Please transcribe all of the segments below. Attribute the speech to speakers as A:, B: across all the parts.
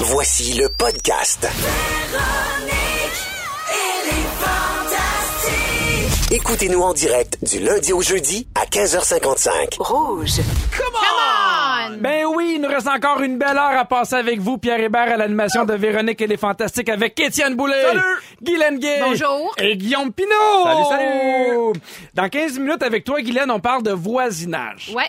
A: Voici le podcast. Écoutez-nous en direct du lundi au jeudi à 15h55.
B: Ben oui, il nous reste encore une belle heure à passer avec vous, Pierre Hébert, à l'animation de Véronique et les Fantastiques avec Étienne Boulay. Salut! Guylaine Gay.
C: Bonjour.
B: Et Guillaume Pinot.
D: Salut, salut.
B: Dans 15 minutes avec toi, Guylaine, on parle de voisinage.
C: Ouais.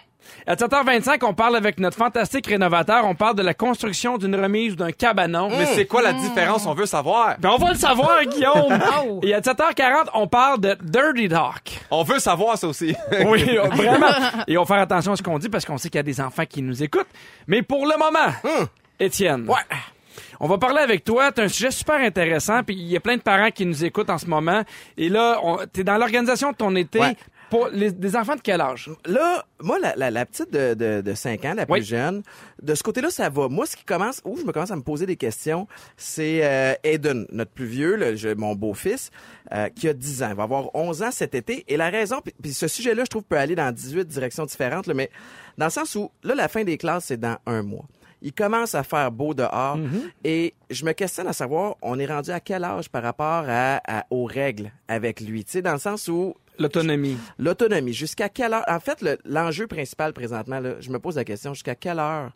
B: À 7h25, on parle avec notre fantastique rénovateur. On parle de la construction d'une remise ou d'un cabanon.
D: Mais c'est quoi la différence? On veut savoir.
B: Ben, on va le savoir, Guillaume.
C: Oh.
B: Et à 7h40, on parle de Dirty Talk.
D: On veut savoir ça aussi.
B: Oui, euh, vraiment. Et on va faire attention à ce qu'on dit parce qu'on sait qu'il y a des enfants qui nous écoutent. Mais pour le moment, Étienne. On va parler avec toi. T'as un sujet super intéressant. Puis il y a plein de parents qui nous écoutent en ce moment. Et là, on- t'es dans l'organisation de ton été.
E: Ouais.
B: Pour les, des enfants de quel âge?
E: Là, moi, la, la, la petite de, de, 5 ans, la plus
B: Oui.
E: jeune, de ce côté-là, ça va. Moi, ce qui commence, où je me commence à me poser des questions, c'est euh, Aiden, notre plus vieux, le- je- mon beau-fils, euh, qui a 10 ans. Il va avoir 11 ans cet été. Et la raison, puis- puis ce sujet-là, je trouve, peut aller dans 18 directions différentes, là, mais dans le sens où, là, la fin des classes, c'est dans un mois. Il commence à faire beau dehors et je me questionne à savoir, on est rendu à quel âge par rapport à, à- aux règles avec lui, tu sais, dans le sens où
B: L'autonomie.
E: L'autonomie, jusqu'à quelle heure? En fait, le- l'enjeu principal présentement, là, je me pose la question, jusqu'à quelle heure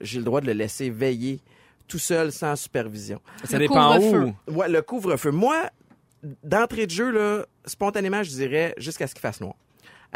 E: j'ai le droit de le laisser veiller tout seul, sans supervision?
B: Ça
C: Le
B: dépend
C: couvre-feu.
B: où.
E: Ouais, le couvre-feu. Moi, d'entrée de jeu, là, spontanément, je dirais jusqu'à ce qu'il fasse noir.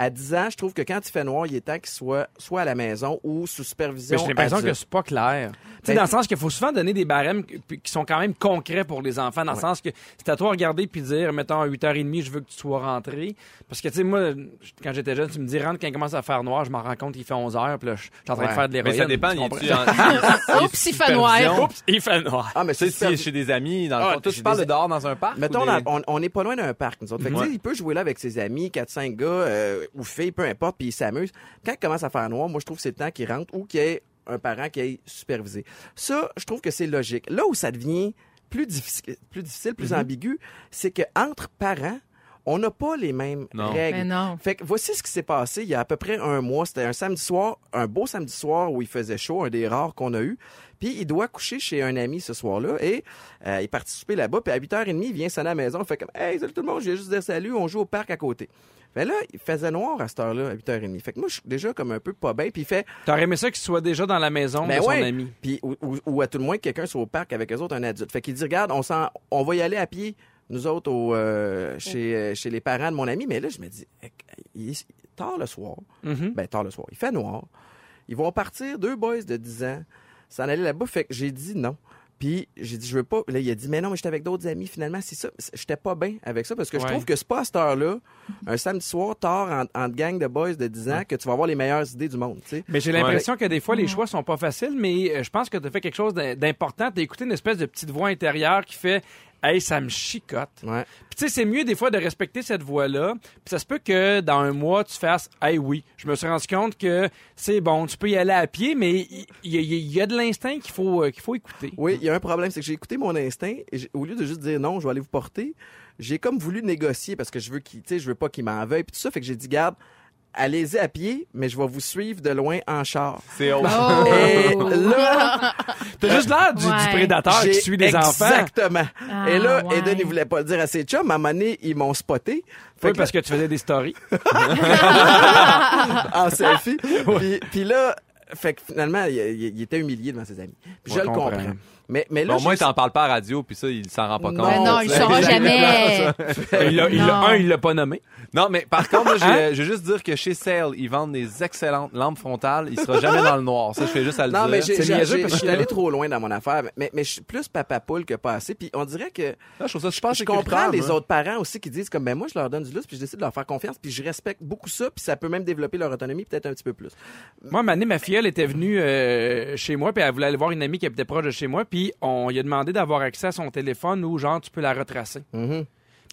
E: À 10 ans, je trouve que quand il fait noir, il est temps qu'il soit soit à la maison ou sous supervision.
B: Mais j'ai l'impression que
E: adulte.
B: c'est pas clair. Tu sais,
E: Ben-
B: dans le sens qu'il faut souvent donner des barèmes qui puis qui sont quand même concrets pour les enfants, dans le sens que c'est à toi de regarder puis dire, mettons, à 8h30, je veux que tu sois rentré. Parce que, tu sais, moi, je- quand j'étais jeune, tu me dis, rentre quand il commence à faire noir, je m'en rends compte, il fait 11h, puis là, je je suis en train de
E: Ouais.
B: faire de l'héroïne.
D: Mais ça dépend.
B: tu
D: il
B: comprends?
D: est-tu en-
C: Oups, il fait
D: supervision?
C: noir.
D: Oups.
B: Oups, il fait noir.
E: Ah, mais
D: Tu sais,
E: c'est
D: si chez des amis, dans le
E: Ah,
D: fond. Toi, tu
E: chez
D: parles
E: des-
D: de dehors dans un parc?
E: Mettons,
D: ou des-
E: on, on est pas loin d'un parc, nous autres. Fait que,
D: Ouais.
E: tu sais, il peut jouer là avec ses amis, 4-5 gars euh, ou filles, peu importe, puis il s'amuse. Quand il commence à faire noir, moi, je trouve que c'est le temps qu'il rentre ou qu'il y ait un parent qui aille superviser. Ça, je trouve que c'est logique. Là où ça devient plus difficile, plus, difficile, plus
D: Mm-hmm.
E: ambigu, c'est que entre parents, on n'a pas les mêmes
D: Non.
E: règles.
C: Mais non.
E: Fait que voici ce qui s'est passé il y a à peu près un mois. C'était un samedi soir, un beau samedi soir où il faisait chaud, un des rares qu'on a eu. Puis il doit coucher chez un ami ce soir-là et euh, il participait là-bas. Puis à 8h30, il vient sonner à la maison. Il fait comme Hey, salut tout le monde, je vais juste dire salut, on joue au parc à côté. Fait là, il faisait noir à cette heure-là, à 8h30. Fait que moi, je suis déjà comme un peu pas bien. Puis il fait
B: T'aurais aimé ça qu'il soit déjà dans la maison
E: ben
B: de son
E: ouais.
B: ami.
E: Puis, ou, ou- ou à tout le moins, que quelqu'un soit au parc avec eux autres, un adulte. Fait qu'il dit, regarde, on, s'en, on va y aller à pied, nous autres, au, euh, chez, euh, chez les parents de mon ami. Mais là, je me dis, eh, il est tard le soir.
B: Mhm.
E: Ben, tard le soir. Il fait noir. Ils vont partir, deux boys de 10 ans, s'en aller là-bas. Fait que j'ai dit non. Puis j'ai dit, je veux pas. Là, il a dit, mais non, mais j'étais avec d'autres amis. Finalement, c'est ça. C'est- J'étais pas bien avec ça parce que
B: Ouais.
E: je trouve que c'est pas à cette heure-là, un samedi soir, tard, en- entre gang de boys de 10 ans, que tu vas avoir les meilleures idées du monde, tu sais.
B: Mais j'ai l'impression que des fois, les choix sont pas faciles, mais euh, je pense que tu as fait quelque chose d'im- d'important. Tu écouté une espèce de petite voix intérieure qui fait Hey, ça me chicote.
E: Ouais.
B: Puis tu sais, c'est mieux des fois de respecter cette voie-là. Puis ça se peut que dans un mois, tu fasses « Hey, oui, je me suis rendu compte que c'est bon, tu peux y aller à pied, mais il il y, a- il y a de l'instinct qu'il faut, euh, qu'il faut écouter.
E: Oui, il y a un problème, c'est que j'ai écouté mon instinct et j'ai- au lieu de juste dire non, je vais aller vous porter, j'ai comme voulu négocier parce que je veux qu'il, tu sais, je veux pas qu'il m'en veuille puis tout ça, fait que j'ai dit garde, allez-y à pied, mais je vais vous suivre de loin en char.
D: C'est autre.
C: Oh.
E: Et là,
B: T'as juste l'air du, du
C: Ouais.
B: prédateur qui
E: j'ai-
B: suit des enfants.
E: Exactement.
C: Ah,
E: et là,
C: ouais.
E: Eden, il voulait pas le dire à ses chums, à un moment donné, ils m'ont spoté. Fait
B: Oui,
E: que
B: parce que tu faisais des stories.
E: en selfie. Puis, puis là, fait que finalement, il, il- il était humilié devant ses amis. Puis
B: Ouais,
E: je le comprends.
B: comprends.
E: Mais, mais là,
D: Bon, au moins,
E: j'ai-
D: t'en parles pas à la radio, puis ça, il s'en rend pas
E: Non.
D: compte.
C: Mais non, il
D: tu sais.
C: saura jamais.
B: il l'a- il l'a-
C: Non.
B: un, il l'a pas nommé.
D: Non, mais par contre, moi, j'ai- euh, je vais juste dire que chez Sale, ils vendent des excellentes lampes frontales. Il sera jamais dans le noir. Ça, je fais juste à le
E: Non,
D: dire.
E: mais j'ai-
B: C'est
E: j'ai-
B: niaiseux
E: j'ai-
B: parce
E: je suis
B: que-
E: allé trop loin dans mon affaire. Mais- Mais, mais je suis plus papa poule que pas assez. Puis on dirait que
D: Là, je trouve ça super
E: je
D: sécuritaire, hein.
E: comprends les
D: moi.
E: autres parents aussi qui disent comme ben moi je leur donne du lustre puis je décide de leur faire confiance puis je respecte beaucoup ça puis ça peut même développer leur autonomie peut-être un petit peu plus.
B: Moi, ma ma filleule était venue euh, chez moi, puis elle voulait aller voir une amie qui habitait proche de chez moi, puis on lui a demandé d'avoir accès à son téléphone où, genre, tu peux la retracer.
E: Mhm.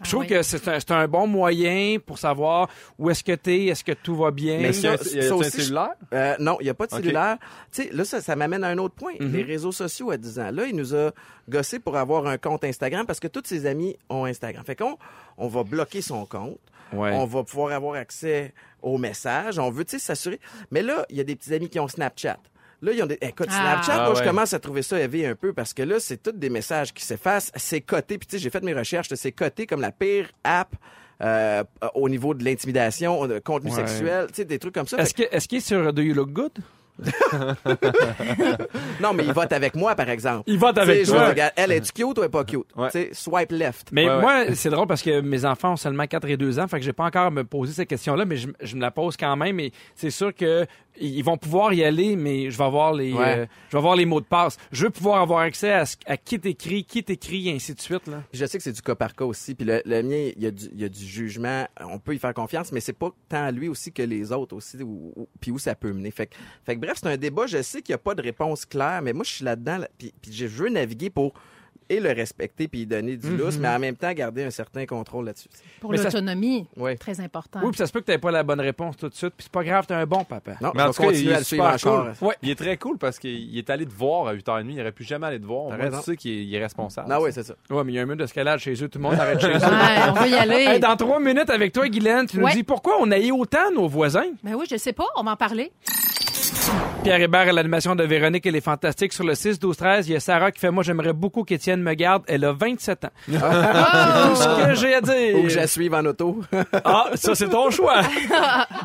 B: Je trouve
C: Ah oui.
B: que c'est un, c'est un bon moyen pour savoir où est-ce que t'es, est-ce que tout va bien.
E: Mais
D: Est-ce qu'il y a-
E: ça-
D: il y a-
E: ça
D: c'est un
E: aussi, je-
D: cellulaire?
E: Euh, non, il n'y a pas de
D: Ok. Mm-hmm.
E: cellulaire. Tu sais, là, ça, ça m'amène à un autre point. Les réseaux sociaux à 10 ans. Là, il nous a gossé pour avoir un compte Instagram parce que tous ses amis ont Instagram. Fait qu'on on va bloquer son compte.
B: Ouais.
E: On va pouvoir avoir accès aux messages. On veut, tu sais, s'assurer. Mais là, il y a des petits amis qui ont Snapchat. Là, ils ont des. Écoute,
C: Ah.
E: Snapchat,
D: Ah
E: moi,
D: ouais.
E: je commence à trouver ça éveillé un peu parce que là, c'est tous des messages qui s'effacent. C'est coté. Puis, tu sais, j'ai fait mes recherches. là, C'est coté comme la pire app euh, au niveau de l'intimidation, de contenu
B: Ouais.
E: sexuel, tu sais, des trucs comme ça.
B: Est-ce que- est-ce qu'il est, sur Do You Look Good?
E: Fait- Non, mais ils votent avec moi, par exemple.
B: Il vote
E: Tu sais,
B: avec
E: je veux dire,
B: toi.
E: regarde, elle est cute ou elle est pas cute?
D: Ouais.
E: Tu sais, swipe left.
B: Mais
D: Ouais, ouais.
B: moi, c'est drôle parce que mes enfants ont seulement 4 et 2 ans, fait que j'ai pas encore à me poser cette question-là, mais je, je me la pose quand même. Et c'est sûr que ils vont pouvoir y aller, mais je vais avoir les,
E: Ouais.
B: euh, je vais avoir les mots de passe. Je veux pouvoir avoir accès à, ce- à qui t'écrit, qui t'écrit, et ainsi de suite. Là.
E: Puis je sais que c'est du cas par cas aussi. Puis le, le mien, il y, a du, il y a du jugement. On peut y faire confiance, mais c'est pas tant à lui aussi que les autres aussi, ou, ou- puis où ça peut mener. Fait que, fait que bref, c'est un débat. Je sais qu'il n'y a pas de réponse claire, mais moi, je suis là-dedans. là, puis, puis je veux naviguer pour et le respecter, puis y donner
B: Mm-hmm.
E: du lousse, mais en même temps, garder un certain contrôle là-dessus.
C: Pour
B: Mais ça-
C: l'autonomie,
E: Oui.
C: très important.
B: Oui, puis ça se peut que t'aies pas la bonne réponse tout de suite, puis c'est pas grave, t'es un bon papa.
E: Non,
D: Mais
E: je
D: en
E: vais
D: tout cas, il
E: continuer à
D: est
E: le suivre
D: super
E: encore.
D: cool. Il est très cool parce qu'il est allé te voir à 8h30. Il aurait pu jamais aller te voir. Moi,
E: raison. Ben
D: tu sais qu'il est, il est responsable.
E: Non, oui, c'est ça.
B: Ouais, mais il y a un mur d'escalade chez eux, tout le monde arrête chez eux.
C: Ouais, on veut y aller.
B: Hey, dans trois minutes avec toi, Guylaine, tu nous
C: Ouais.
B: dis pourquoi on haït autant nos voisins.
C: Ben oui, je sais pas, on m'en parlait.
B: Pierre Hébert à l'animation de Véronique, elle est fantastique. Sur le 6-12-13, il y a Sarah qui fait « Moi, j'aimerais beaucoup qu'Étienne me garde. Elle a 27 ans. »
C: Oh!
B: Tout ce que j'ai à dire.
E: Ah, Ou que je la suive en auto.
B: Ah, ça, c'est ton choix.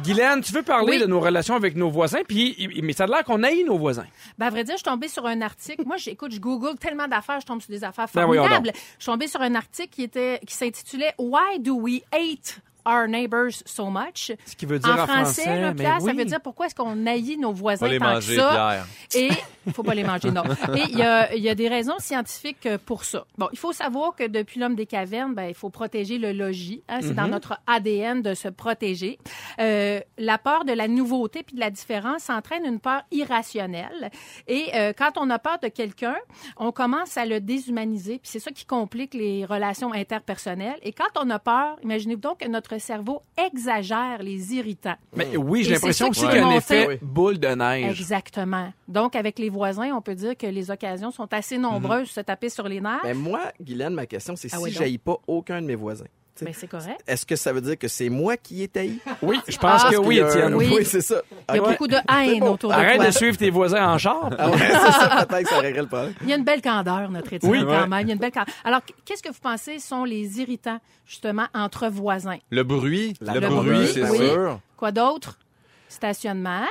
B: Guylaine, tu veux parler
C: Oui.
B: de nos relations avec nos voisins, puis il- mais ça a l'air qu'on haït nos voisins.
C: Ben, à vrai dire, je suis tombée sur un article. Moi, j'écoute, je Google tellement d'affaires, je tombe sur des affaires
B: Ben voyons
C: formidables. je suis tombée sur un article qui était, qui s'intitulait Why do we hate our neighbors so much?
B: Ce qui veut dire
C: En
B: en,
C: français, là,
B: mais
C: Pierre, ça
B: oui.
C: veut dire pourquoi est-ce qu'on haït nos voisins
D: Pas les
C: tant que
D: manger,
C: ça?
D: Pierre.
C: Et il faut pas les manger, non. Et il y a, il y a des raisons scientifiques euh, pour ça. Bon, il faut savoir que depuis l'homme des cavernes, ben, il faut protéger le logis. hein. c'est dans notre ADN de se protéger. Euh, la peur de la nouveauté puis de la différence entraîne une peur irrationnelle. Et euh, quand on a peur de quelqu'un, on commence à le déshumaniser. Puis c'est ça qui complique les relations interpersonnelles. Et quand on a peur, imaginez-vous donc que notre cerveau exagère les irritants.
B: Mais oui, j'ai
C: Et c'est
B: l'impression
C: ça
B: aussi
C: qui
B: qu'il y a un
C: est
B: effet
C: monté.
B: boule de neige.
C: Exactement. Donc, avec les voisins, on peut dire que les occasions sont assez nombreuses de se taper sur les nerfs.
D: Ben,
E: Mais moi, Guylaine, ma question, c'est
C: Ah
E: si
C: ouais, donc.
E: j'haïs pas aucun de mes voisins. tu sais,
C: Mais Ben, c'est correct.
E: Est-ce que ça veut dire que c'est moi qui ai haï?
B: Oui, je pense
C: Ah,
B: que
C: parce
B: oui,
E: Il y a un-
B: Étienne.
C: Oui.
E: Oui, c'est ça.
D: Ah,
C: Il y a
E: Ok.
C: beaucoup de haine autour de
B: Arrête
C: toi.
B: de suivre tes voisins en char.
E: Ah ouais, c'est ça, peut-être que ça réglerait le problème.
C: Il y a une belle candeur, notre étudiant,
B: Oui.
C: quand même. Il y a une belle candeur. Alors, qu'est-ce que vous pensez sont les irritants, justement, entre voisins?
D: Le bruit.
E: La-
D: le
E: le
D: bruit,
E: bruit,
D: c'est
E: oui.
D: sûr.
C: Quoi d'autre? Stationnement.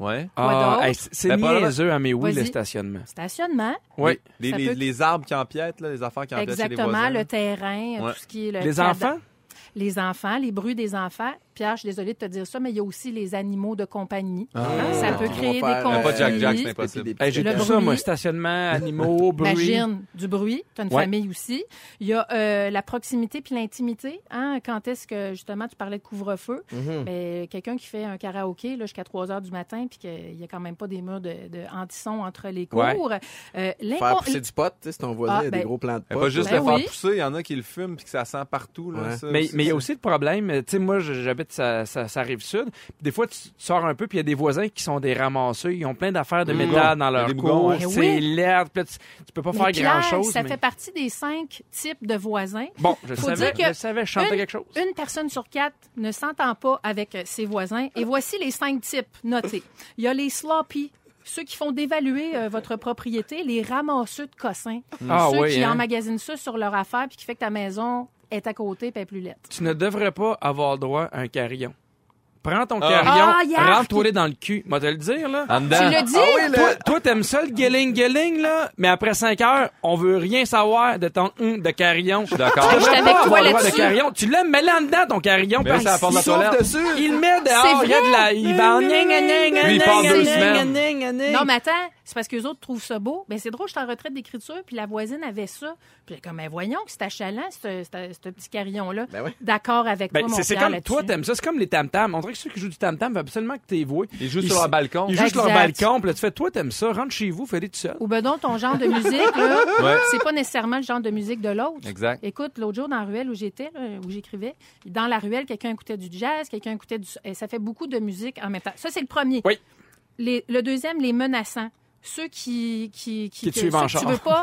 D: Ouais.
B: Ah,
C: d'autre?
B: hey, c'est- c'est
D: Ben, probablement-
B: niaiseux, hein, mais oui, le
C: Vas-y.
B: stationnement.
C: Stationnement.
B: Oui.
D: Les,
C: Ça
D: les-
C: peut-
D: les arbres qui empiètent, là, Ah, ben, les affaires qui empiètent chez les
C: Exactement.
D: voisins.
C: Le terrain,
D: Ouais.
C: tout ce qui est le
B: Les
C: cadre-
B: enfants?
C: Les enfants, les bruits des enfants. Pierre, je suis désolée de te dire ça, mais il y a aussi les animaux de compagnie. Ça peut créer
E: On
C: des
E: va faire, euh,
C: conflits.
D: Pas de Jack Jack, c'est impossible.
E: Des petits-
B: Hey, j'ai
C: Le
B: tout ça,
C: bruit.
B: moi, stationnement, animaux, bruit.
C: Imagine, du bruit, tu as une
B: Ouais.
C: famille aussi. Il y a euh, la proximité puis l'intimité. Hein? Quand est-ce que, justement, tu parlais de couvre-feu,
B: Mm.
E: Mhm.
C: ben, quelqu'un qui fait un karaoké là, jusqu'à 3 heures du matin puis qu'il n'y a quand même pas des murs de, de anti-son entre les cours.
B: Ouais.
C: Euh, l'incon-
E: Faire pousser du pot, tu sais, si ton voisin
C: Ah,
E: a des
C: ben-
E: gros plans de pot.
D: Mais pas juste
C: Ben
D: le faire
C: oui.
D: pousser, il y en a qui le fument puis que ça sent partout. Là,
E: Ouais.
D: ça
B: Mais mais il y a aussi le problème, euh, tu sais, moi, je- j'habite ça, ça, rive sud. Des fois, tu tu sors un peu, puis il y a des voisins qui sont des ramasseux. Ils ont plein d'affaires de
D: Des
B: métal
D: bougons.
B: dans
D: Il y a
B: leur
D: des bougons,
B: cour.
D: hein.
C: Mais
B: C'est
C: Eh oui.
B: laid. puis là, tu, tu peux pas
C: Mais
B: faire
C: Pierre,
B: grand-chose.
C: ça
B: mais-
C: fait partie des cinq types de voisins.
B: Bon, je
C: Faut dire
B: savais,
C: que
B: je savais, je chantais
C: une-
B: quelque chose.
C: Une personne sur quatre ne s'entend pas avec euh, ses voisins. Et voici les cinq types notés. Il y a les sloppy. Ceux qui font dévaluer euh, votre propriété, les ramasseux de cossins.
B: Ah
C: ceux
B: oui,
C: qui
B: hein.
C: emmagasinent ça sur leur affaire puis qui fait que ta maison est à côté puis elle est plus laite.
B: Tu ne devrais pas avoir droit à un carillon. Prends ton
C: Ah,
B: carillon,
C: yark!
B: rentre-toi dans le cul. Moi, te le dire, là.
D: En dedans.
C: Tu l'as
E: Ah
C: dit?
B: Toi, toi, t'aimes ça le guéling-guéling, là, mais après 5 heures, on veut rien savoir de ton hum de carillon.
D: D'accord.
B: Tu devrais
C: suis avec
B: pas
C: toi
B: avoir le droit de
C: là-dessus. Ben,
B: carillon. Tu l'aimes, mets-le en dedans, ton carillon.
D: Mais là, c'est à la porte de la
B: Il souffle
D: toilette.
B: dessus. Il le met dehors.
C: C'est
B: Il y a de la... Il va en gna, gna, gna, gna,
D: Lui, il part
B: gna,
D: deux
B: gna,
D: semaines.
B: gna, gna, gna.
C: Non, mais attends, c'est parce que les autres trouvent ça beau. Ben, c'est drôle, j'étais en retraite d'écriture, puis la voisine avait ça. Puis j'ai comme, ben, voyons que c'est achalant, ce, ce- ce petit carillon-là.
E: Ben oui.
C: D'accord avec
B: Ben,
C: toi, mon
B: c'est- c'est
C: Pierre,
B: comme toi,
C: là-dessus.
B: t'aimes ça. C'est comme les tam-tams. On dirait que ceux qui jouent du tam-tam, veulent absolument que t'es voué.
D: Ils jouent sur leur balcon.
B: Ils jouent sur leur
C: Exact.
B: balcon. Puis là, tu fais, toi, t'aimes ça. Rentre chez vous, fais-les tout seul.
C: Ou ben donc, ton genre de musique, là,
D: Ouais.
C: c'est pas nécessairement le genre de musique de l'autre.
D: Exact.
C: Écoute, l'autre jour, dans la ruelle où j'étais, là, où j'écrivais, dans la ruelle, quelqu'un écoutait du jazz, quelqu'un écoutait du... et ça fait beaucoup de musique en même temps. Ça, c'est le premier.
B: Oui.
C: Les- le deuxième, les menaçants. Ceux qui... Qui,
B: Qui te
C: que-
B: suivent
C: ceux que
B: en
C: tu
B: char.
C: veux pas...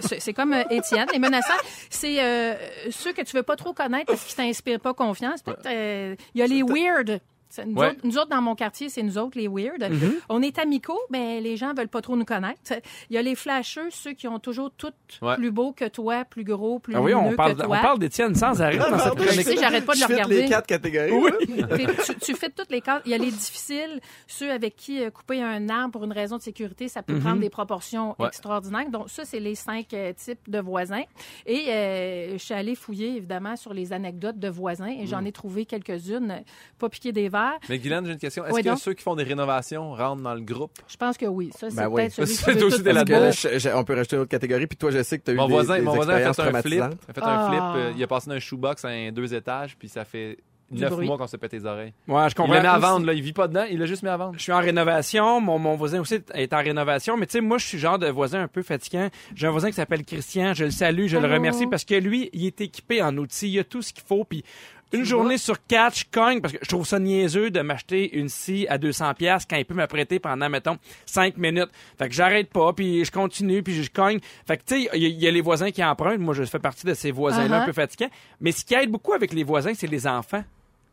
C: c'est c'est comme euh, Étienne. Les menaçants, c'est euh, ceux que tu veux pas trop connaître parce qu'ils t'inspirent pas confiance. Peut-être, euh, Il y a les weird. Ça, Nous,
D: Ouais.
C: autres, nous autres, dans mon quartier, c'est nous autres les weird. On est amicaux, mais les gens veulent pas trop nous connaître. Il y a les flasheux, ceux qui ont toujours tout
D: Ouais.
C: plus beau que toi, plus gros, plus
B: Ah oui, on
C: lumineux
B: parle,
C: que
B: on
C: toi.
B: parle d'Étienne sans arrêt dans cette
C: Je
B: chronique.
C: sais, j'arrête pas de
E: Je
C: le
E: fais
C: regarder.
E: les quatre catégories.
B: Oui.
C: T'es- tu, tu fais toutes les cases. Il y a les difficiles, ceux avec qui euh, couper un arbre pour une raison de sécurité, ça peut prendre des proportions
D: Ouais.
C: extraordinaires. Donc, ça, c'est les cinq euh, types de voisins. Et euh, je suis allée fouiller, évidemment, sur les anecdotes de voisins et j'en ai trouvé quelques-unes. Pas piquer des verres.
D: Mais Guylaine, j'ai une question. Est-ce
C: Ouais,
D: que
C: donc?
D: ceux qui font des rénovations rentrent dans le groupe?
C: Je pense que oui. Ça, c'est
E: Ben oui.
C: peut-être celui
D: C'est
C: qui veut
D: aussi
C: tout
D: des
E: Parce
C: faire
E: que
D: là-dedans.
E: là, je- je- on peut rajouter une autre catégorie, puis toi, je sais que tu as eu
D: Mon
E: des,
D: voisin,
E: des
D: mon voisin a
E: expériences
D: fait un flip.
E: traumatisantes.
D: Il a fait un
C: Ah.
D: flip. euh, Il a passé d'un shoebox à un deux étages, puis ça fait
C: Du
D: neuf
C: bruit.
D: mois qu'on se pète les oreilles.
B: Ouais, je
D: Il
B: comprends.
D: l'a mis à vendre, là. Il vit pas dedans. Il l'a juste mis à vendre.
B: Je suis en rénovation, mon, mon voisin aussi est en rénovation, mais tu sais, moi, je suis le genre de voisin un peu fatigant. J'ai un voisin qui s'appelle Christian, je le salue, je le
C: Allô?
B: remercie parce que lui, il est équipé en outils, il a tout ce qu'il faut, puis une journée sur quatre, je cogne parce que je trouve ça niaiseux de m'acheter une scie à 200 pièces quand il peut m'apprêter pendant, mettons, 5 minutes. Fait que j'arrête pas, puis je continue, puis je cogne. Fait que, tu sais, il y, a- il y a les voisins qui empruntent. Moi, je fais partie de ces voisins-là
C: Uh-huh.
B: un peu fatigants. Mais ce qui aide beaucoup avec les voisins, c'est les enfants.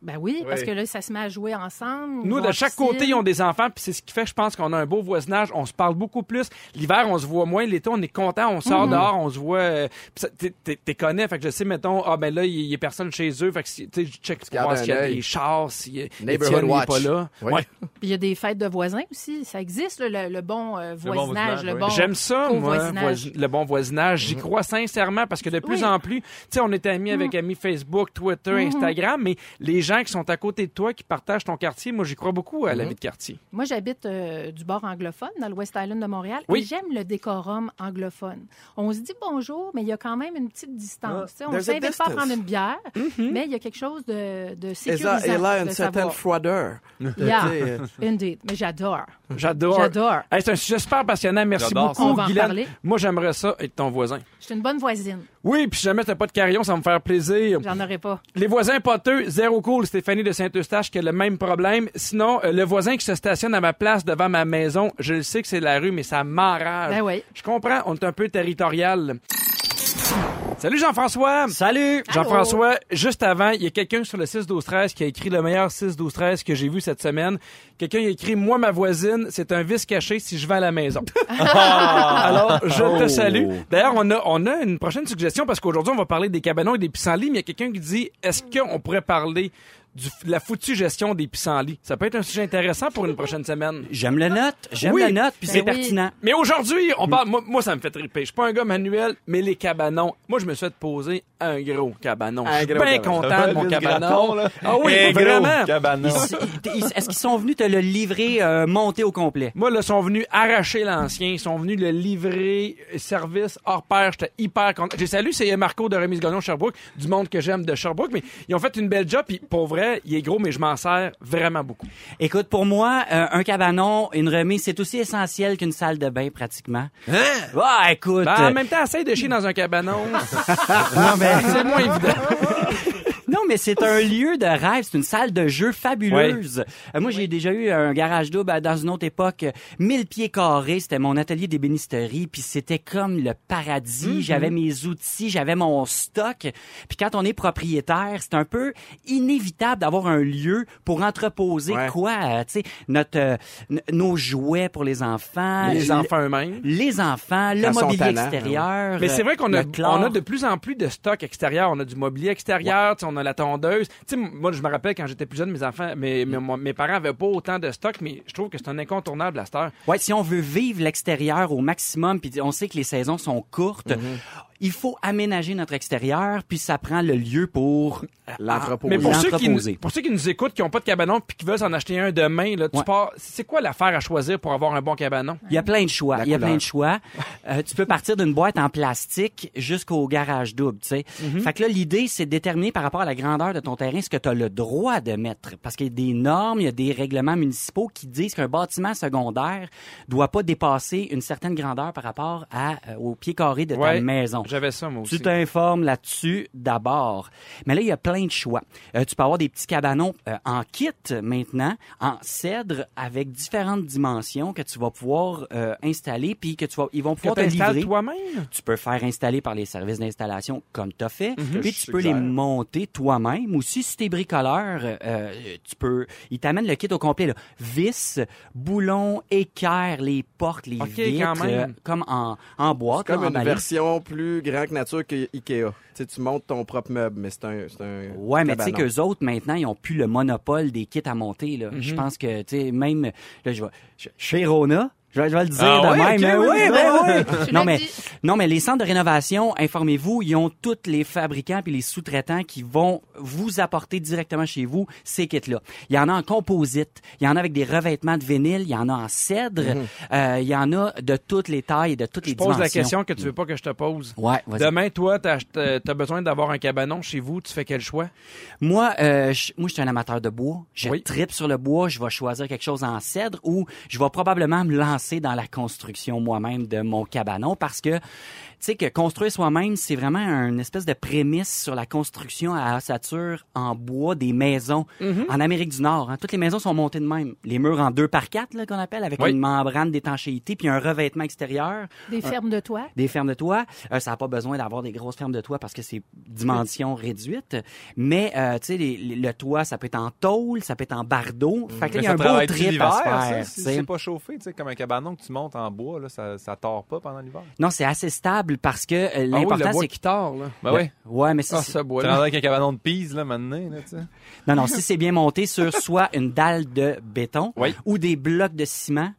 C: Ben oui, parce que là, ça se met à jouer ensemble. Ils
B: Nous,
C: vont
B: de
C: en
B: chaque
C: piscine.
B: côté, ils ont des enfants, puis c'est ce qui fait, je pense, qu'on a un beau voisinage. On se parle beaucoup plus. L'hiver, on se voit moins. L'été, on est content, on
C: Mm-hmm.
B: sort dehors, on se voit. euh, puis ça, t'es- t'es t'es connais, fait que je sais, mettons, ah ben là, il y, a personne chez eux, fait que si- tu sais, je check pour
E: gardes
B: voir
E: un
B: s'il y a
E: œil.
B: des chars, si euh,
E: Neighborhood
B: Étienne, il est
E: watch.
B: pas là.
E: Oui.
B: Ouais.
C: Puis il y a des fêtes de voisins aussi. Ça existe, là, le, le bon euh, voisinage.
D: voisinage,
C: Le
D: oui.
C: bon
B: J'aime ça, moi,
C: co-voisinage.
B: voisi- le bon voisinage.
E: Mm-hmm.
B: J'y crois sincèrement parce que de plus
C: Oui. Mm-hmm.
B: en plus, tu sais, on est amis avec amis Facebook, Twitter, Instagram, mais les gens qui sont à côté de toi, qui partagent ton quartier, moi, j'y crois beaucoup euh, à
E: Mm-hmm.
B: la vie de quartier.
C: Moi, j'habite euh, du bord anglophone, dans le West Island de Montréal,
B: Oui.
C: et j'aime le décorum anglophone. On se dit bonjour, mais il y a quand même une petite distance. tu sais, on ne
E: Ah, there's a
C: s'invite pas à
E: distance.
C: prendre une bière, mais il y a quelque chose de, de
E: Et
C: sécurisant.
E: là, et là,
C: de
E: une certaine
C: savoir.
E: froideur.
C: Yeah.
E: Tu sais, euh,
C: Indeed. Mais j'adore.
B: J'adore.
C: J'adore.
B: Hey, c'est un sujet super passionnant. Merci
D: J'adore
B: beaucoup,
C: ça. On va en
B: Guylaine.
C: parler.
B: Moi, j'aimerais ça être ton voisin.
C: Je suis une bonne voisine.
B: Oui, puis si jamais t'as pas de carillon, ça va me faire plaisir.
C: J'en aurais pas.
B: Les voisins poteux, zéro cool. Stéphanie de Saint-Eustache qui a le même problème. Sinon, euh, le voisin qui se stationne à ma place devant ma maison, je le sais que c'est la rue, mais ça m'enrage.
C: Ben oui.
B: Je comprends, on est un peu territorial. Salut Jean-François! Salut! Jean-François, juste avant, il y a quelqu'un sur le 6-12-13 qui a écrit le meilleur 6-12-13 que j'ai vu cette semaine. Quelqu'un a écrit « Moi, ma voisine, c'est un vice caché si je vais à la maison. Alors, je te salue. D'ailleurs, on a, on a une prochaine suggestion parce qu'aujourd'hui, on va parler des cabanons et des pissenlits, mais il y a quelqu'un qui dit « Est-ce qu'on pourrait parler du- de la foutue gestion des pissenlits? » Ça peut être un sujet intéressant pour une prochaine semaine.
F: J'aime la note, j'aime
B: Oui.
F: la note, puis
C: Ben
F: c'est
C: Ah. oui.
F: pertinent.
B: Mais aujourd'hui,
F: Mm.
B: on parle. Moi, moi, ça me fait triper. Je suis pas un gars manuel, mais les cabanons. Moi, je me suis fait poser un gros cabanon. Je suis
E: gros
B: bien
E: cabanon.
B: content de mon cabanon. Ah oui, vraiment.
D: cabanon.
F: Ils- ils- Est-ce qu'ils sont venus te le livrer euh, monté au complet?
B: Moi, là, ils sont venus arracher l'ancien. Ils sont venus le livrer. euh, Service hors pair. J'étais hyper content. J'ai salué, c'est Marco de Remise Gagnon Sherbrooke, du monde que j'aime de Sherbrooke. Mais ils ont fait une belle job. Puis pour vrai, il est gros, mais je m'en sers vraiment beaucoup.
F: Écoute, pour moi, euh, un cabanon, une remise, c'est aussi essentiel qu'une salle de bain, pratiquement. Hein? Bah, écoute.
B: Ben,
F: euh,
B: en même temps, essaye de chier dans un cabanon.
F: non, mais,
B: c'est moins évident.
F: non, mais c'est un lieu de rêve, c'est une salle de jeu fabuleuse. Euh, moi, j'ai déjà eu un garage double euh, dans une autre époque, euh, 1000 pieds carrés, c'était mon atelier d'ébénisterie, puis c'était comme le paradis.
B: Mm-hmm.
F: J'avais mes outils, j'avais mon stock. Puis quand on est propriétaire, c'est un peu inévitable d'avoir un lieu pour entreposer
E: Ouais.
F: quoi, euh, tu sais, notre euh, n- nos jouets pour les enfants,
B: Les
F: le-
B: enfants eux-mêmes.
F: les enfants, le
E: Quand son
F: mobilier
E: talent,
F: extérieur.
B: Mais c'est vrai qu'on a,
F: le
B: on a
F: chlore.
B: de plus en plus de stock extérieur. On a du mobilier extérieur, tu sais, on a la tondeuse. Tu sais, moi, je me rappelle quand j'étais plus jeune, mes enfants,
F: Mm.
B: mes, mes, mes parents avaient pas autant de stock, mais je trouve que c'est un incontournable à cette heure.
F: Ouais, si on veut vivre l'extérieur au maximum, puis on sait que les saisons sont courtes,
E: Mhm.
F: il faut aménager notre extérieur, puis ça prend le lieu pour. euh,
E: L'entrepôt.
B: Mais pour
F: Oui.
B: ceux, qui, nous-
F: L'entreposer.
B: pour ceux qui nous écoutent, qui n'ont pas de cabanon puis qui veulent s'en acheter un demain, là, tu
F: Ouais.
B: pars, c'est quoi l'affaire à choisir pour avoir un bon cabanon?
F: ah, Il y a plein de choix.
E: La
F: il y a
E: couleur.
F: plein de choix. Euh, tu peux partir d'une boîte en plastique jusqu'au garage double, tu sais.
E: Mhm.
F: Fait que là, l'idée, c'est de déterminer par rapport à la grandeur de ton terrain ce que tu as le droit de mettre. Parce qu'il y a des normes, il y a des règlements municipaux qui disent qu'un bâtiment secondaire doit pas dépasser une certaine grandeur par rapport à, euh, au pied carré de
B: Ouais.
F: ta maison.
B: J'avais ça, moi aussi.
F: Tu t'informes là-dessus d'abord. Mais là, il y a plein de choix. Euh, tu peux avoir des petits cabanons euh, en kit maintenant, en cèdre, avec différentes dimensions que tu vas pouvoir euh, installer, puis que tu vas, ils vont
B: Que
F: pouvoir te livrer.
B: t'installes toi-même?
F: Tu peux faire installer par les services d'installation comme tu as fait, puis
E: je
F: tu peux les
E: suggère.
F: monter toi-même. Aussi, si t'es bricoleur, euh, euh, tu peux, ils t'amènent le kit au complet, là. vis, boulons, équerres, les portes, les
B: Ok,
F: vitres, euh,
B: quand même.
F: comme en, en boîte,
E: C'est comme
F: là,
E: une
F: emballées.
E: version plus grand que nature que Ikea. Tu sais, tu montes ton propre meuble, mais c'est un, c'est un.
B: euh,
F: Ouais, mais tu sais
E: cabanon.
F: qu'eux autres, maintenant, ils ont plus le monopole des kits à monter. Là.
B: Mhm.
F: Je pense que, tu sais, même, là, je vais, je- chez Rona, je vais, je vais le dire
B: Ah
F: de
B: ouais,
F: même.
B: ok,
F: hein.
B: oui,
F: oui,
B: oui,
F: ben oui.
C: Tu
F: Non,
C: l'as
F: mais,
C: dit.
F: non, mais les centres de rénovation, informez-vous, ils ont tous les fabricants puis les sous-traitants qui vont vous apporter directement chez vous ces kits-là. Il y en a en composite, il y en a avec des revêtements de vinyle, il y en a en cèdre, euh, il y en a de toutes les tailles et de toutes
B: Mhm. Je
F: les
B: pose
F: dimensions. Mm.
B: la question que tu veux pas que je te pose.
F: Ouais, vas-y.
B: Demain, toi, t'as t'as- t'as besoin d'avoir un cabanon chez vous. Tu fais quel choix?
F: Moi, euh, je, moi, je suis un amateur de bois. Je
B: Oui.
F: tripe sur le bois. Je vais choisir quelque chose en cèdre ou je vais probablement me lancer dans la construction moi-même de mon cabanon parce que, tu sais, que construire soi-même, c'est vraiment une espèce de prémisse sur la construction à ossature en bois des maisons
B: Mhm.
F: en Amérique du Nord. hein. Toutes les maisons sont montées de même. Les murs en deux par quatre, là, qu'on appelle, avec
B: Oui.
F: une membrane d'étanchéité puis un revêtement extérieur
C: Des fermes de toit.
F: des fermes de toit. Euh, ça n'a pas besoin d'avoir des grosses fermes de toit parce que c'est dimension réduite. Mais, euh, tu sais, les- les- le toit, ça peut être en tôle, ça peut être en
B: Mm.
F: bardeau. Fait que là, il y a un beau trip à se faire. tu sais.
D: C'est pas chauffé, tu sais, comme un cabanon que tu montes en bois, là, ça, ça tord pas pendant l'hiver.
F: Non, c'est assez stable parce que euh,
B: Ah oui,
F: l'important,
B: le bois
F: c'est...
B: qui tord, là.
D: Ben oui.
F: Ouais, mais ça,
B: Ah,
F: c'est-
B: ce
D: T'es
B: bois-là.
D: rendu avec un cabanon de pise, là, maintenant, là, tu sais.
F: Non, non, si c'est bien monté sur soit une dalle de béton ou des blocs de ciment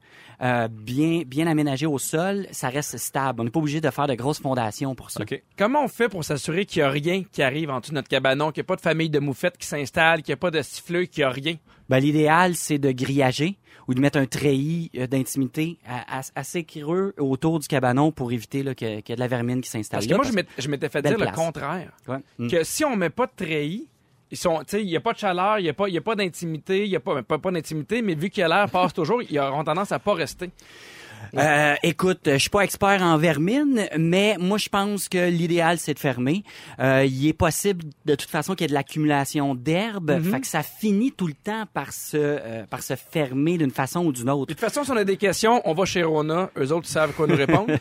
F: euh, bien, bien aménagés au sol, ça reste stable. On n'est pas obligé de faire de grosses fondations pour ça.
D: OK.
B: Comment on fait pour s'assurer qu'il n'y a rien qui arrive en dessous de notre cabanon, qu'il n'y a pas de famille de moufettes qui s'installe, qu'il n'y a pas de siffleux, qu'il n'y a rien?
F: Ben, l'idéal, c'est de grillager ou de mettre un treillis euh, d'intimité à- à- assez creux autour du cabanon pour éviter là, que- qu'il y ait de la vermine qui s'installe.
B: Parce que
F: là,
B: moi, je m'étais- je m'étais fait
F: Belle
B: dire le
F: place.
B: contraire.
F: Ouais. Mm.
B: Que si on met pas de treillis, ils sont, tu sais, il n'y a pas de chaleur, il n'y a pas, il y a pas d'intimité, il n'y a pas, pas, pas d'intimité, mais vu que l'air passe toujours, ils auront tendance à pas rester.
F: Euh, écoute, euh, je suis pas expert en vermine, mais moi je pense que l'idéal c'est de fermer. Euh, il est possible de toute façon qu'il y ait de l'accumulation d'herbe,
B: Mhm.
F: fait que ça finit tout le temps par se euh, par se fermer d'une façon ou d'une
B: De
F: autre.
B: toute façon, si on a des questions, on va chez Rona. Eux autres, ils savent quoi nous répondre.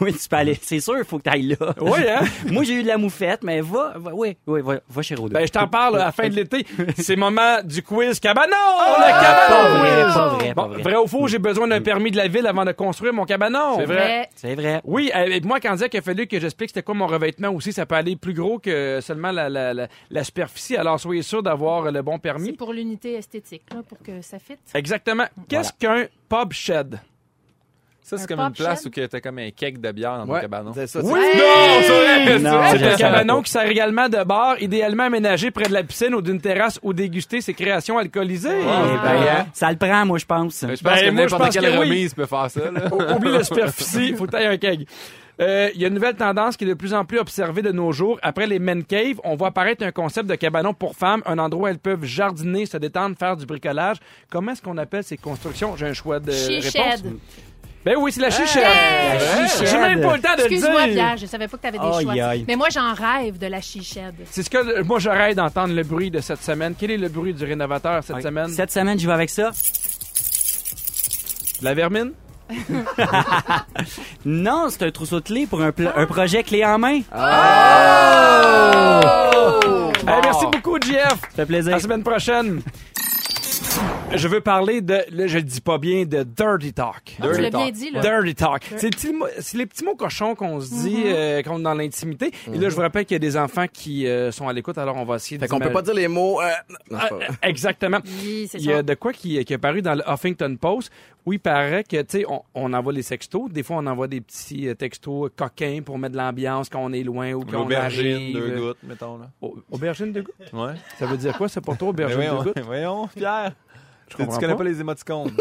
F: oui, tu peux aller, c'est sûr, il faut que tu ailles là.
B: oui, hein?
F: moi j'ai eu de la moufette, mais va, va oui, oui, va, va chez Rodo.
B: Ben, je t'en parle à la fin de l'été. C'est le moment du quiz cabanon! le
F: Ah! pas
B: cabanon!
F: vrai,
B: quiz!
F: pas vrai, pas
B: Bon,
F: vrai.
B: vrai ou faux, j'ai besoin d'un permis de la ville avant de construire mon cabanon.
D: C'est vrai.
C: Mais
F: C'est vrai.
B: Oui, euh, et moi, quand dire qu'il a fallu que j'explique c'était quoi mon revêtement aussi, ça peut aller plus gros que seulement la, la, la, la superficie. Alors, soyez sûr d'avoir euh, le bon
C: C'est
B: permis.
C: pour l'unité esthétique, là, pour que ça fitte.
B: Exactement. Qu'est-ce qu'un pub shed?
D: Ça,
C: Un
D: c'est comme une
C: pub
D: place
C: shed?
D: où que t'as comme un cake de bière dans
E: Ouais.
D: ton cabanon.
E: C'est ça,
B: Oui!
D: Non, c'est vrai!
F: Non,
B: C'est
F: je
B: un
F: savais
B: cabanon
F: pas.
B: qui sert également de bar, idéalement aménagé près de la piscine ou d'une terrasse où déguster ses créations alcoolisées.
F: Eh ben, ça le prend, moi, je pense.
D: Mais Je pense
B: Ben, moi, je
D: que n'importe
B: pense
D: quelle
B: que oui.
D: remise peut faire ça, là.
B: Ou- Oublie la superficie, faut tailler un keg. Euh, Il y a une nouvelle tendance qui est de plus en plus observée de nos jours. Après les men caves, on voit apparaître un concept de cabanon pour femmes, un endroit où elles peuvent jardiner, se détendre, faire du bricolage. Comment est-ce qu'on appelle ces constructions? J'ai un choix de Euh, réponse.
C: She-shed.
B: Ben oui, c'est la chichette.
F: La chichette.
B: J'ai même pas le temps de le
C: Excuse-moi,
B: dire.
C: Pierre, je savais pas que tu avais des
F: Aïe,
C: choix.
F: aïe.
C: Mais moi, j'en rêve de la she-shed.
B: C'est ce que euh, moi j'aurais d'entendre le bruit de cette semaine. Quel est le bruit du rénovateur cette
F: Ouais.
B: semaine?
F: Cette semaine, je vais avec ça.
B: De La vermine?
F: Non, c'est un trousseau de clés pour un, pla-
B: Ah!
F: un projet clé en main.
B: Eh, merci beaucoup, Jeff.
F: Ça fait plaisir.
B: À la semaine prochaine. Je veux parler de, là, je le dis pas bien, de Dirty Talk.
C: Ah, Tu
D: Dirty
C: l'as bien
D: talk.
C: dit, là.
B: Dirty Talk. C'est le petit mo- c'est les petits mots cochons qu'on se dit
C: Mhm.
B: euh, quand on est dans l'intimité. Et là, je vous rappelle qu'il y a des enfants qui euh, sont à l'écoute, alors on va essayer
E: Fait qu'on peut pas dire les mots. euh, non, c'est pas vrai.
B: Ah, Exactement.
C: Oui, c'est
B: Il y a
C: ça.
B: de quoi qui, qui est paru dans le Huffington Post où il paraît que, tu sais, on, on envoie les sextos. Des fois, on envoie des petits euh, textos coquins pour mettre de l'ambiance quand on est loin ou quand on
D: L'aubergine,
B: arrive.
D: deux gouttes, mettons, là.
B: Au- aubergine de goût?
D: Ouais.
B: Ça veut dire quoi, ça, pour toi, aubergine
D: Mais
B: de goût?
D: voyons, voyons, Pierre. Ben Tu
B: comprends
D: connais
B: pas.
D: pas les émoticônes.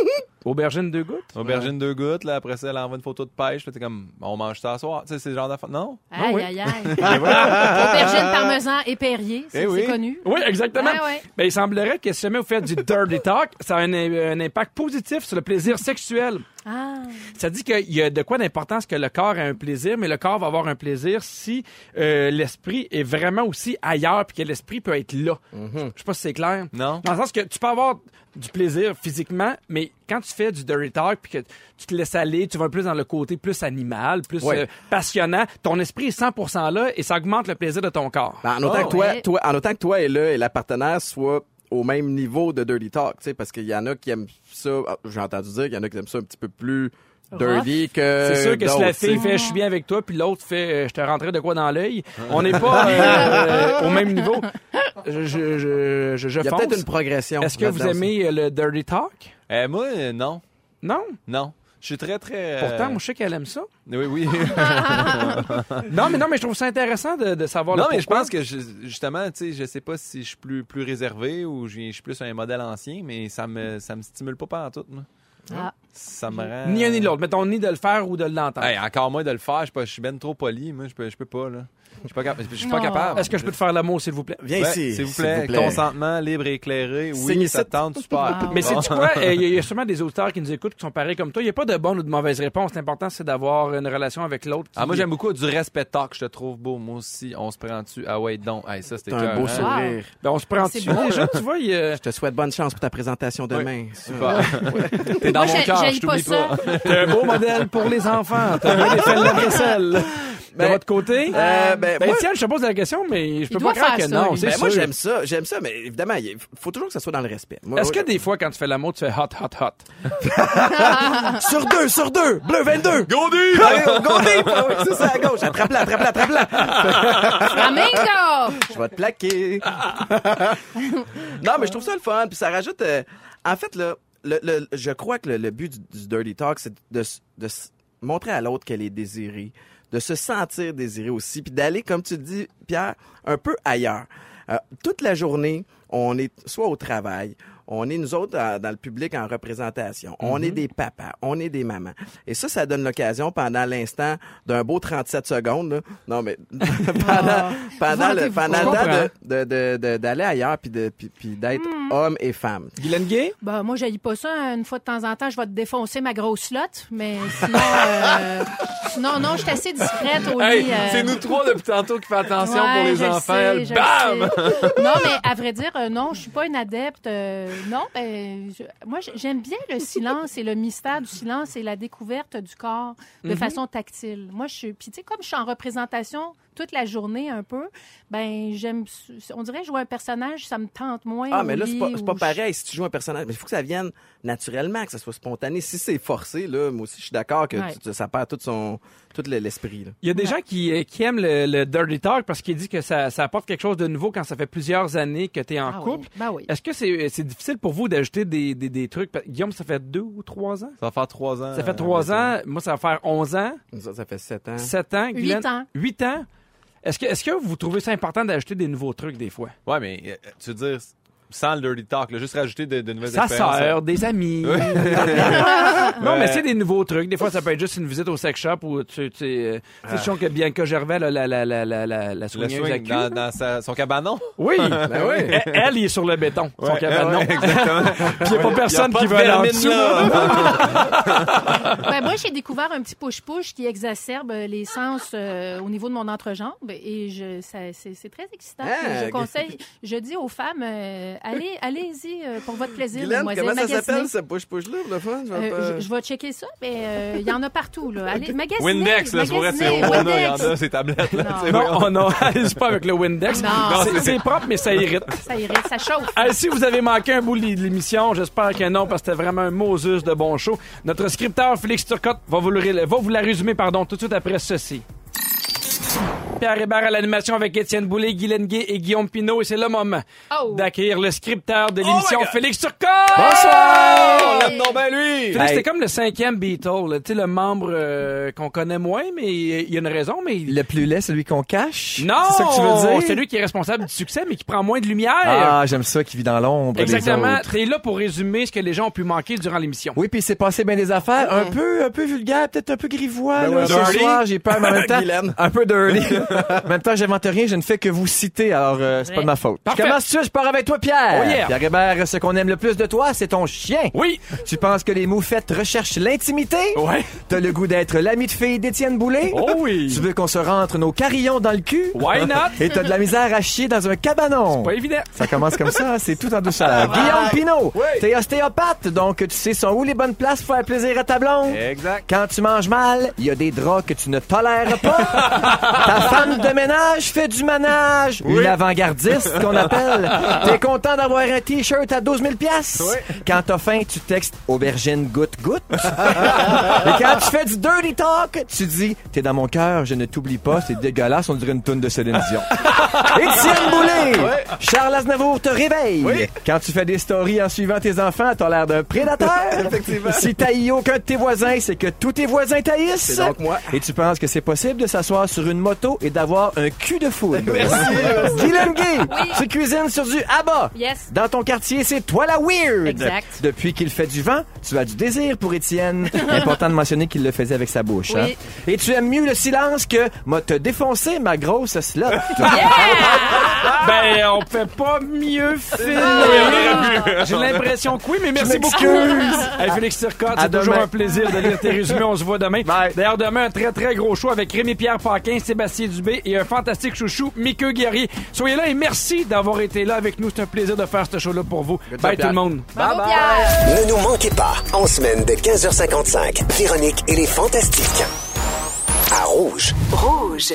B: Aubergine de gouttes?
D: Aubergine deux gouttes, là, après ça, elle envoie une photo de pêche, là, t'es comme, on mange ça à soir. Tu sais, c'est le genre d'affaire. Non? Ben,
C: Aïe, aïe, aïe. Aubergine, parmesan et Perrier,
D: Eh
C: c'est
D: oui.
C: c'est connu.
B: Oui, exactement.
C: Ah ouais.
B: Ben, il semblerait que si jamais vous faites du dirty talk, ça a un, un impact positif sur le plaisir sexuel.
C: Ah,
B: Ça dit qu'il y a de quoi d'importance que le corps a un plaisir, mais le corps va avoir un plaisir si euh, l'esprit est vraiment aussi ailleurs, puis que l'esprit peut être là. Je sais pas si c'est clair.
D: Non?
B: Dans le sens que tu peux avoir du plaisir physiquement, mais quand tu fais du dirty talk puis que tu te laisses aller, tu vas plus dans le côté plus animal, plus
E: Ouais.
B: euh, passionnant, ton esprit est 100% là et ça augmente le plaisir de ton corps.
E: Ben, en, autant
C: Oh.
E: que toi,
C: Ouais.
E: toi, en autant que toi et là et la partenaire soient au même niveau de dirty talk, tu sais, parce qu'il y en a qui aiment ça. ah, J'ai entendu dire qu'il y en a qui aiment ça un petit peu plus dirty que.
B: C'est sûr que si la
E: d'autres,
B: fille
E: Euh, tu sais.
B: fait je suis bien avec toi, puis l'autre fait euh, je te rentrais de quoi dans l'œil, on n'est pas euh, euh, au même niveau. Je, je, je, je, je
E: Il y a
B: fonce.
E: peut-être une progression.
B: Est-ce que vous
E: là-dedans aussi.
B: aimez euh, le dirty talk?
D: Euh, moi, euh, non.
B: Non.
D: Non. Je suis très, très. euh,
B: Pourtant, moi, je sais qu'elle aime ça.
D: Oui, oui.
B: Non, mais non, mais je trouve ça intéressant de, de savoir.
D: non, mais je pense que je- justement, tu sais, je sais pas si je suis plus, plus réservé ou je je suis plus un modèle ancien, mais ça me, ça me stimule pas pendant tout.
C: Ah.
D: Ça me rend.
B: Ni un ni l'autre. Mettons, ni de le faire ou de l'entendre.
D: Hey, encore moins de le faire. Je suis pas- je suis ben trop poli. Moi, je peux, je peux pas, là. Je suis pas, cap- je suis pas
C: Non.
D: capable.
B: Est-ce que je peux te faire l'amour, s'il vous plaît?
E: Viens
D: Ouais,
E: ici.
D: S'il vous plaît, consentement, libre et éclairé.
E: Signe
D: Oui,
E: ici.
D: ça te tente, super.
C: Wow.
B: Mais
D: Bon.
B: c'est quoi? Euh, Il y a- il y a sûrement des auteurs qui nous écoutent qui sont pareils comme toi. Il n'y a pas de bonne ou de mauvaise réponse. L'important, c'est d'avoir une relation avec l'autre. qui-
D: Ah, moi, j'aime beaucoup du respect talk. Je te trouve beau. Moi aussi, on se prend dessus. Ah, ouais, donc. Hey, ça, c'était
E: T'as un beau
D: écœurant.
E: sourire.
B: Ben, on se prend
C: C'est
B: dessus
C: beau.
B: déjà, tu vois. il y a-
E: Je te souhaite bonne chance pour ta présentation demain.
D: Super. T'es dans
C: Moi,
D: mon
C: j'ai-
D: cœur,
C: j'ai
D: je
C: pas
D: t'oublie
C: ça.
D: pas.
B: T'es un beau modèle pour les enfants. T'as bien fait la vaisselle.
E: Ben,
B: de votre côté?
E: Euh, ben,
B: Ben,
E: moi-
B: Étienne, je te pose la question, mais je
C: Il
B: peux pas
C: doit
B: croire que
C: faire ça,
B: non.
C: lui.
B: c'est
E: Ben, moi,
B: sûr.
E: j'aime ça. J'aime ça, mais évidemment, il faut toujours que ça soit dans le respect. Moi,
B: Est-ce
E: moi,
B: que des fois, quand tu fais l'amour, tu fais hot, hot, hot?
E: Sur deux, sur deux! Bleu 22! Gondy! Gondy! Ah oui, C'est ça, à gauche. Attrape-la, attrape-la, attrape-la!
C: Ah, Flamingo!
E: Je vais te plaquer. non, mais je trouve ça le fun. Puis ça rajoute. euh, en fait, là, le, le- je crois que le, le but du, du Dirty Talk, c'est de, s- de s- montrer à l'autre qu'elle est désirée, de se sentir désirée aussi, puis d'aller, comme tu le dis, Pierre, un peu ailleurs. Euh, toute la journée, on est soit au travail, on est nous autres euh, dans le public en représentation, on est des papas, on est des mamans. Et ça, ça donne l'occasion pendant l'instant d'un beau 37 secondes. là. Non, mais pendant, pendant, le,
C: Vantez-vous.
E: pendant
B: Je
E: le temps
B: comprends.
E: de, de- de- de- d'aller ailleurs puis de puis, puis d'être
C: Hmm.
E: homme et femme.
B: Guylaine Gay?
C: Ben, moi, j'haïs pas ça. Une fois de temps en temps, je vais te défoncer ma grosse lotte, mais sinon, euh, sinon, non, je suis assez discrète au lit.
D: Hey,
C: euh,
D: c'est nous trois depuis tantôt qui fait attention
C: Ouais,
D: pour
C: je
D: les
C: le
D: enfants.
C: sais, je le
D: Bam!
C: sais. Non, mais à vrai dire, euh, non, je suis pas une adepte. euh, non, ben, je- moi, j- j'aime bien le silence et le mystère du silence et la découverte du corps de façon tactile. Moi, je suis. Puis, tu sais, comme je suis en représentation toute la journée un peu, ben, j'aime. On dirait jouer un personnage, ça me tente moins.
E: Ah,
C: au
E: mais là, c'est
C: lit
E: pas, c'est
C: ou
E: pas
C: je-
E: pareil si tu joues un personnage. Mais il faut que ça vienne naturellement, que ça soit spontané. Si c'est forcé, là, moi aussi, je suis d'accord que
C: Ouais.
E: tu- tu- ça perd tout son, tout le- l'esprit, là.
B: Il y a des gens qui, euh, qui aiment le, le dirty talk parce qu'ils disent que ça, ça apporte quelque chose de nouveau quand ça fait plusieurs années que tu es en
C: Ah oui,
B: couple.
C: Ben oui.
B: Est-ce que c'est c'est difficile pour vous d'ajouter des, des, des trucs? Parce- Guillaume, ça fait deux ou trois ans?
D: Ça va faire trois ans. euh,
B: Ça fait trois ans. Moi, ça va faire onze ans,
E: Ça, ça fait sept ans.
B: sept ans.
C: Huit
B: Guylaine-
C: ans.
B: Huit ans. Est-ce que, est que vous trouvez ça important d'ajouter des nouveaux trucs des fois?
D: Ouais, mais euh, tu veux dire, sans le dirty talk, là, juste rajouter de, de nouvelles
B: Sa
D: expériences. euh,
B: sœur, des amis. non, mais c'est des nouveaux trucs. Des fois, ça peut être juste une visite au sex shop où tu, tu, euh, tu
D: Ah.
B: sais, je sens que Bianca Gervais, là, la, la, la, la, la, la
D: Le
B: soigneuse à
D: swing
B: cul,
D: dans,
B: là.
D: dans sa- son cabanon.
B: Oui.
E: oui.
B: Elle, elle, il est sur le béton. son cabanon.
D: Ouais, exactement.
B: Puis il n'y a pas personne
D: pas
B: qui
D: de
B: veut aller en
D: vermine,
B: dessous.
D: là.
C: Ben, moi, j'ai découvert un petit push-push qui exacerbe les sens euh, au niveau de mon entrejambe et je, ça, c'est, c'est très excitant.
E: Ah,
C: je
E: ok.
C: conseille, je dis aux femmes, euh, allez, allez-y euh, pour votre plaisir,
E: Guylaine,
C: mademoiselle.
E: comment ça
C: Magasinez.
E: s'appelle, ce push-push-là, pour le fun? Je
C: Euh,
E: vais pas-
C: je, je vais checker ça, mais euh, il y en a partout. Là. Allez, magasinez,
D: Windex, là, c'est vrai, c'est
C: magasinez,
D: au Rona, il y en
C: Windex.
D: a, ces tablettes. là.
C: Non.
D: C'est
B: Non,
D: vrai, on-
B: oh non, c'est pas avec le Windex.
C: Non.
B: C'est- C'est propre, mais ça irrite.
C: Ça irrite, ça chauffe.
B: Hey, si vous avez manqué un bout de l'émission, j'espère que non, parce que c'était vraiment un Moses de bon show. Notre scripteur Félix Turcotte va vous, le- va vous la résumer pardon, tout de suite après ceci. Pierre Hébert à l'animation avec Étienne Boulay, Guylaine Gay et Guillaume Pinault. Et c'est le moment
C: Oh.
B: d'accueillir le scripteur de l'émission, Félix Turcotte!
D: Bonsoir!
C: Hey!
D: Non, ben lui!
B: Félix,
G: Hey.
B: t'es comme le cinquième Beatle, là. tu sais, le membre euh, qu'on connaît moins, mais il y a une raison, mais... il-
E: Le plus laid, celui qu'on cache?
B: Non!
E: C'est ça que tu veux dire?
B: C'est lui qui est responsable du succès, mais qui prend moins de lumière.
E: Ah, j'aime ça, qui vit dans l'ombre. des
B: Exactement.
E: autres.
B: T'es là pour résumer ce que les gens ont pu manquer durant l'émission.
E: Oui, puis il s'est passé bien des affaires, un peu, un peu vulgaire, peut-être un peu grivois.
G: Ben
E: là,
G: ouais,
E: ce
G: dirty.
E: soir, j'ai peur, mais en même temps,
G: Guylaine.
E: un peu dirty. en même temps, j'invente rien, je ne fais que vous citer, alors euh, c'est pas de ma faute.
B: Parfait.
E: Je commence tout de suite, je pars avec toi, Pierre.
B: Oh yeah.
E: Pierre Hébert, ce qu'on aime le plus de toi, c'est ton chien.
B: Oui.
E: Tu penses que les moufettes recherchent l'intimité?
B: Ouais.
E: T'as le goût d'être l'ami de fille d'Étienne Boulay?
B: Oh oui.
E: Tu veux qu'on se rentre nos carillons dans le cul?
B: Why not?
E: Et t'as de la misère à chier dans un cabanon.
B: Pas évident.
E: Ça commence comme ça, c'est tout en douceur. Guillaume Pinault, t'es ostéopathe, donc tu sais sont où les bonnes places pour faire plaisir à ta blonde.
D: Exact.
E: Quand tu manges mal, il y a des draps que tu ne tolères pas. Ta femme de ménage fait du manage. Une avant-gardiste qu'on appelle. T'es content d'avoir un t-shirt à 12 000 pièces. Quand t'as faim, tu textes aubergine goutte goutte. Et quand tu fais du dirty talk, tu dis t'es dans mon cœur, je ne t'oublie pas. C'est dégueulasse, on dirait une toune de Céline Dion. Étienne Boulay! Charles Aznavour te réveille! Quand tu fais des stories en suivant tes enfants, t'as l'air d'un prédateur! Si t'haïs aucun de tes voisins, c'est que tous tes voisins taillissent!
G: C'est donc moi.
E: Et tu penses que c'est possible de s'asseoir sur une moto et d'avoir un cul de foudre. Dylan Gay, tu cuisines sur du abat.
C: Yes.
E: Dans ton quartier, c'est toi la weird.
C: Exact.
E: Depuis qu'il fait du vent, tu as du désir pour Étienne. Important de mentionner qu'il le faisait avec sa bouche.
C: Oui.
E: hein. Et tu aimes mieux le silence que m'a te défoncer ma grosse slot.
B: Ben, on fait pas mieux
E: Ah!
B: finir. J'ai l'impression que oui, mais merci beaucoup. Hey, Félix Turcotte,
E: À
B: c'est toujours
E: demain.
B: un plaisir de lire tes résumés. On se voit demain.
E: Bye.
B: D'ailleurs, demain, un très, très gros show avec Rémi-Pierre Paquin, Sébastien Dubé et un fantastique chouchou, Mickey Guerrier. Soyez là et merci d'avoir été là avec nous. C'est un plaisir de faire ce show-là pour vous. Bye tout le monde.
C: Bravo, Pierre!
A: Ne nous manquez pas, en semaine de 15h55, Véronique et les Fantastiques. À Rouge.
H: Rouge.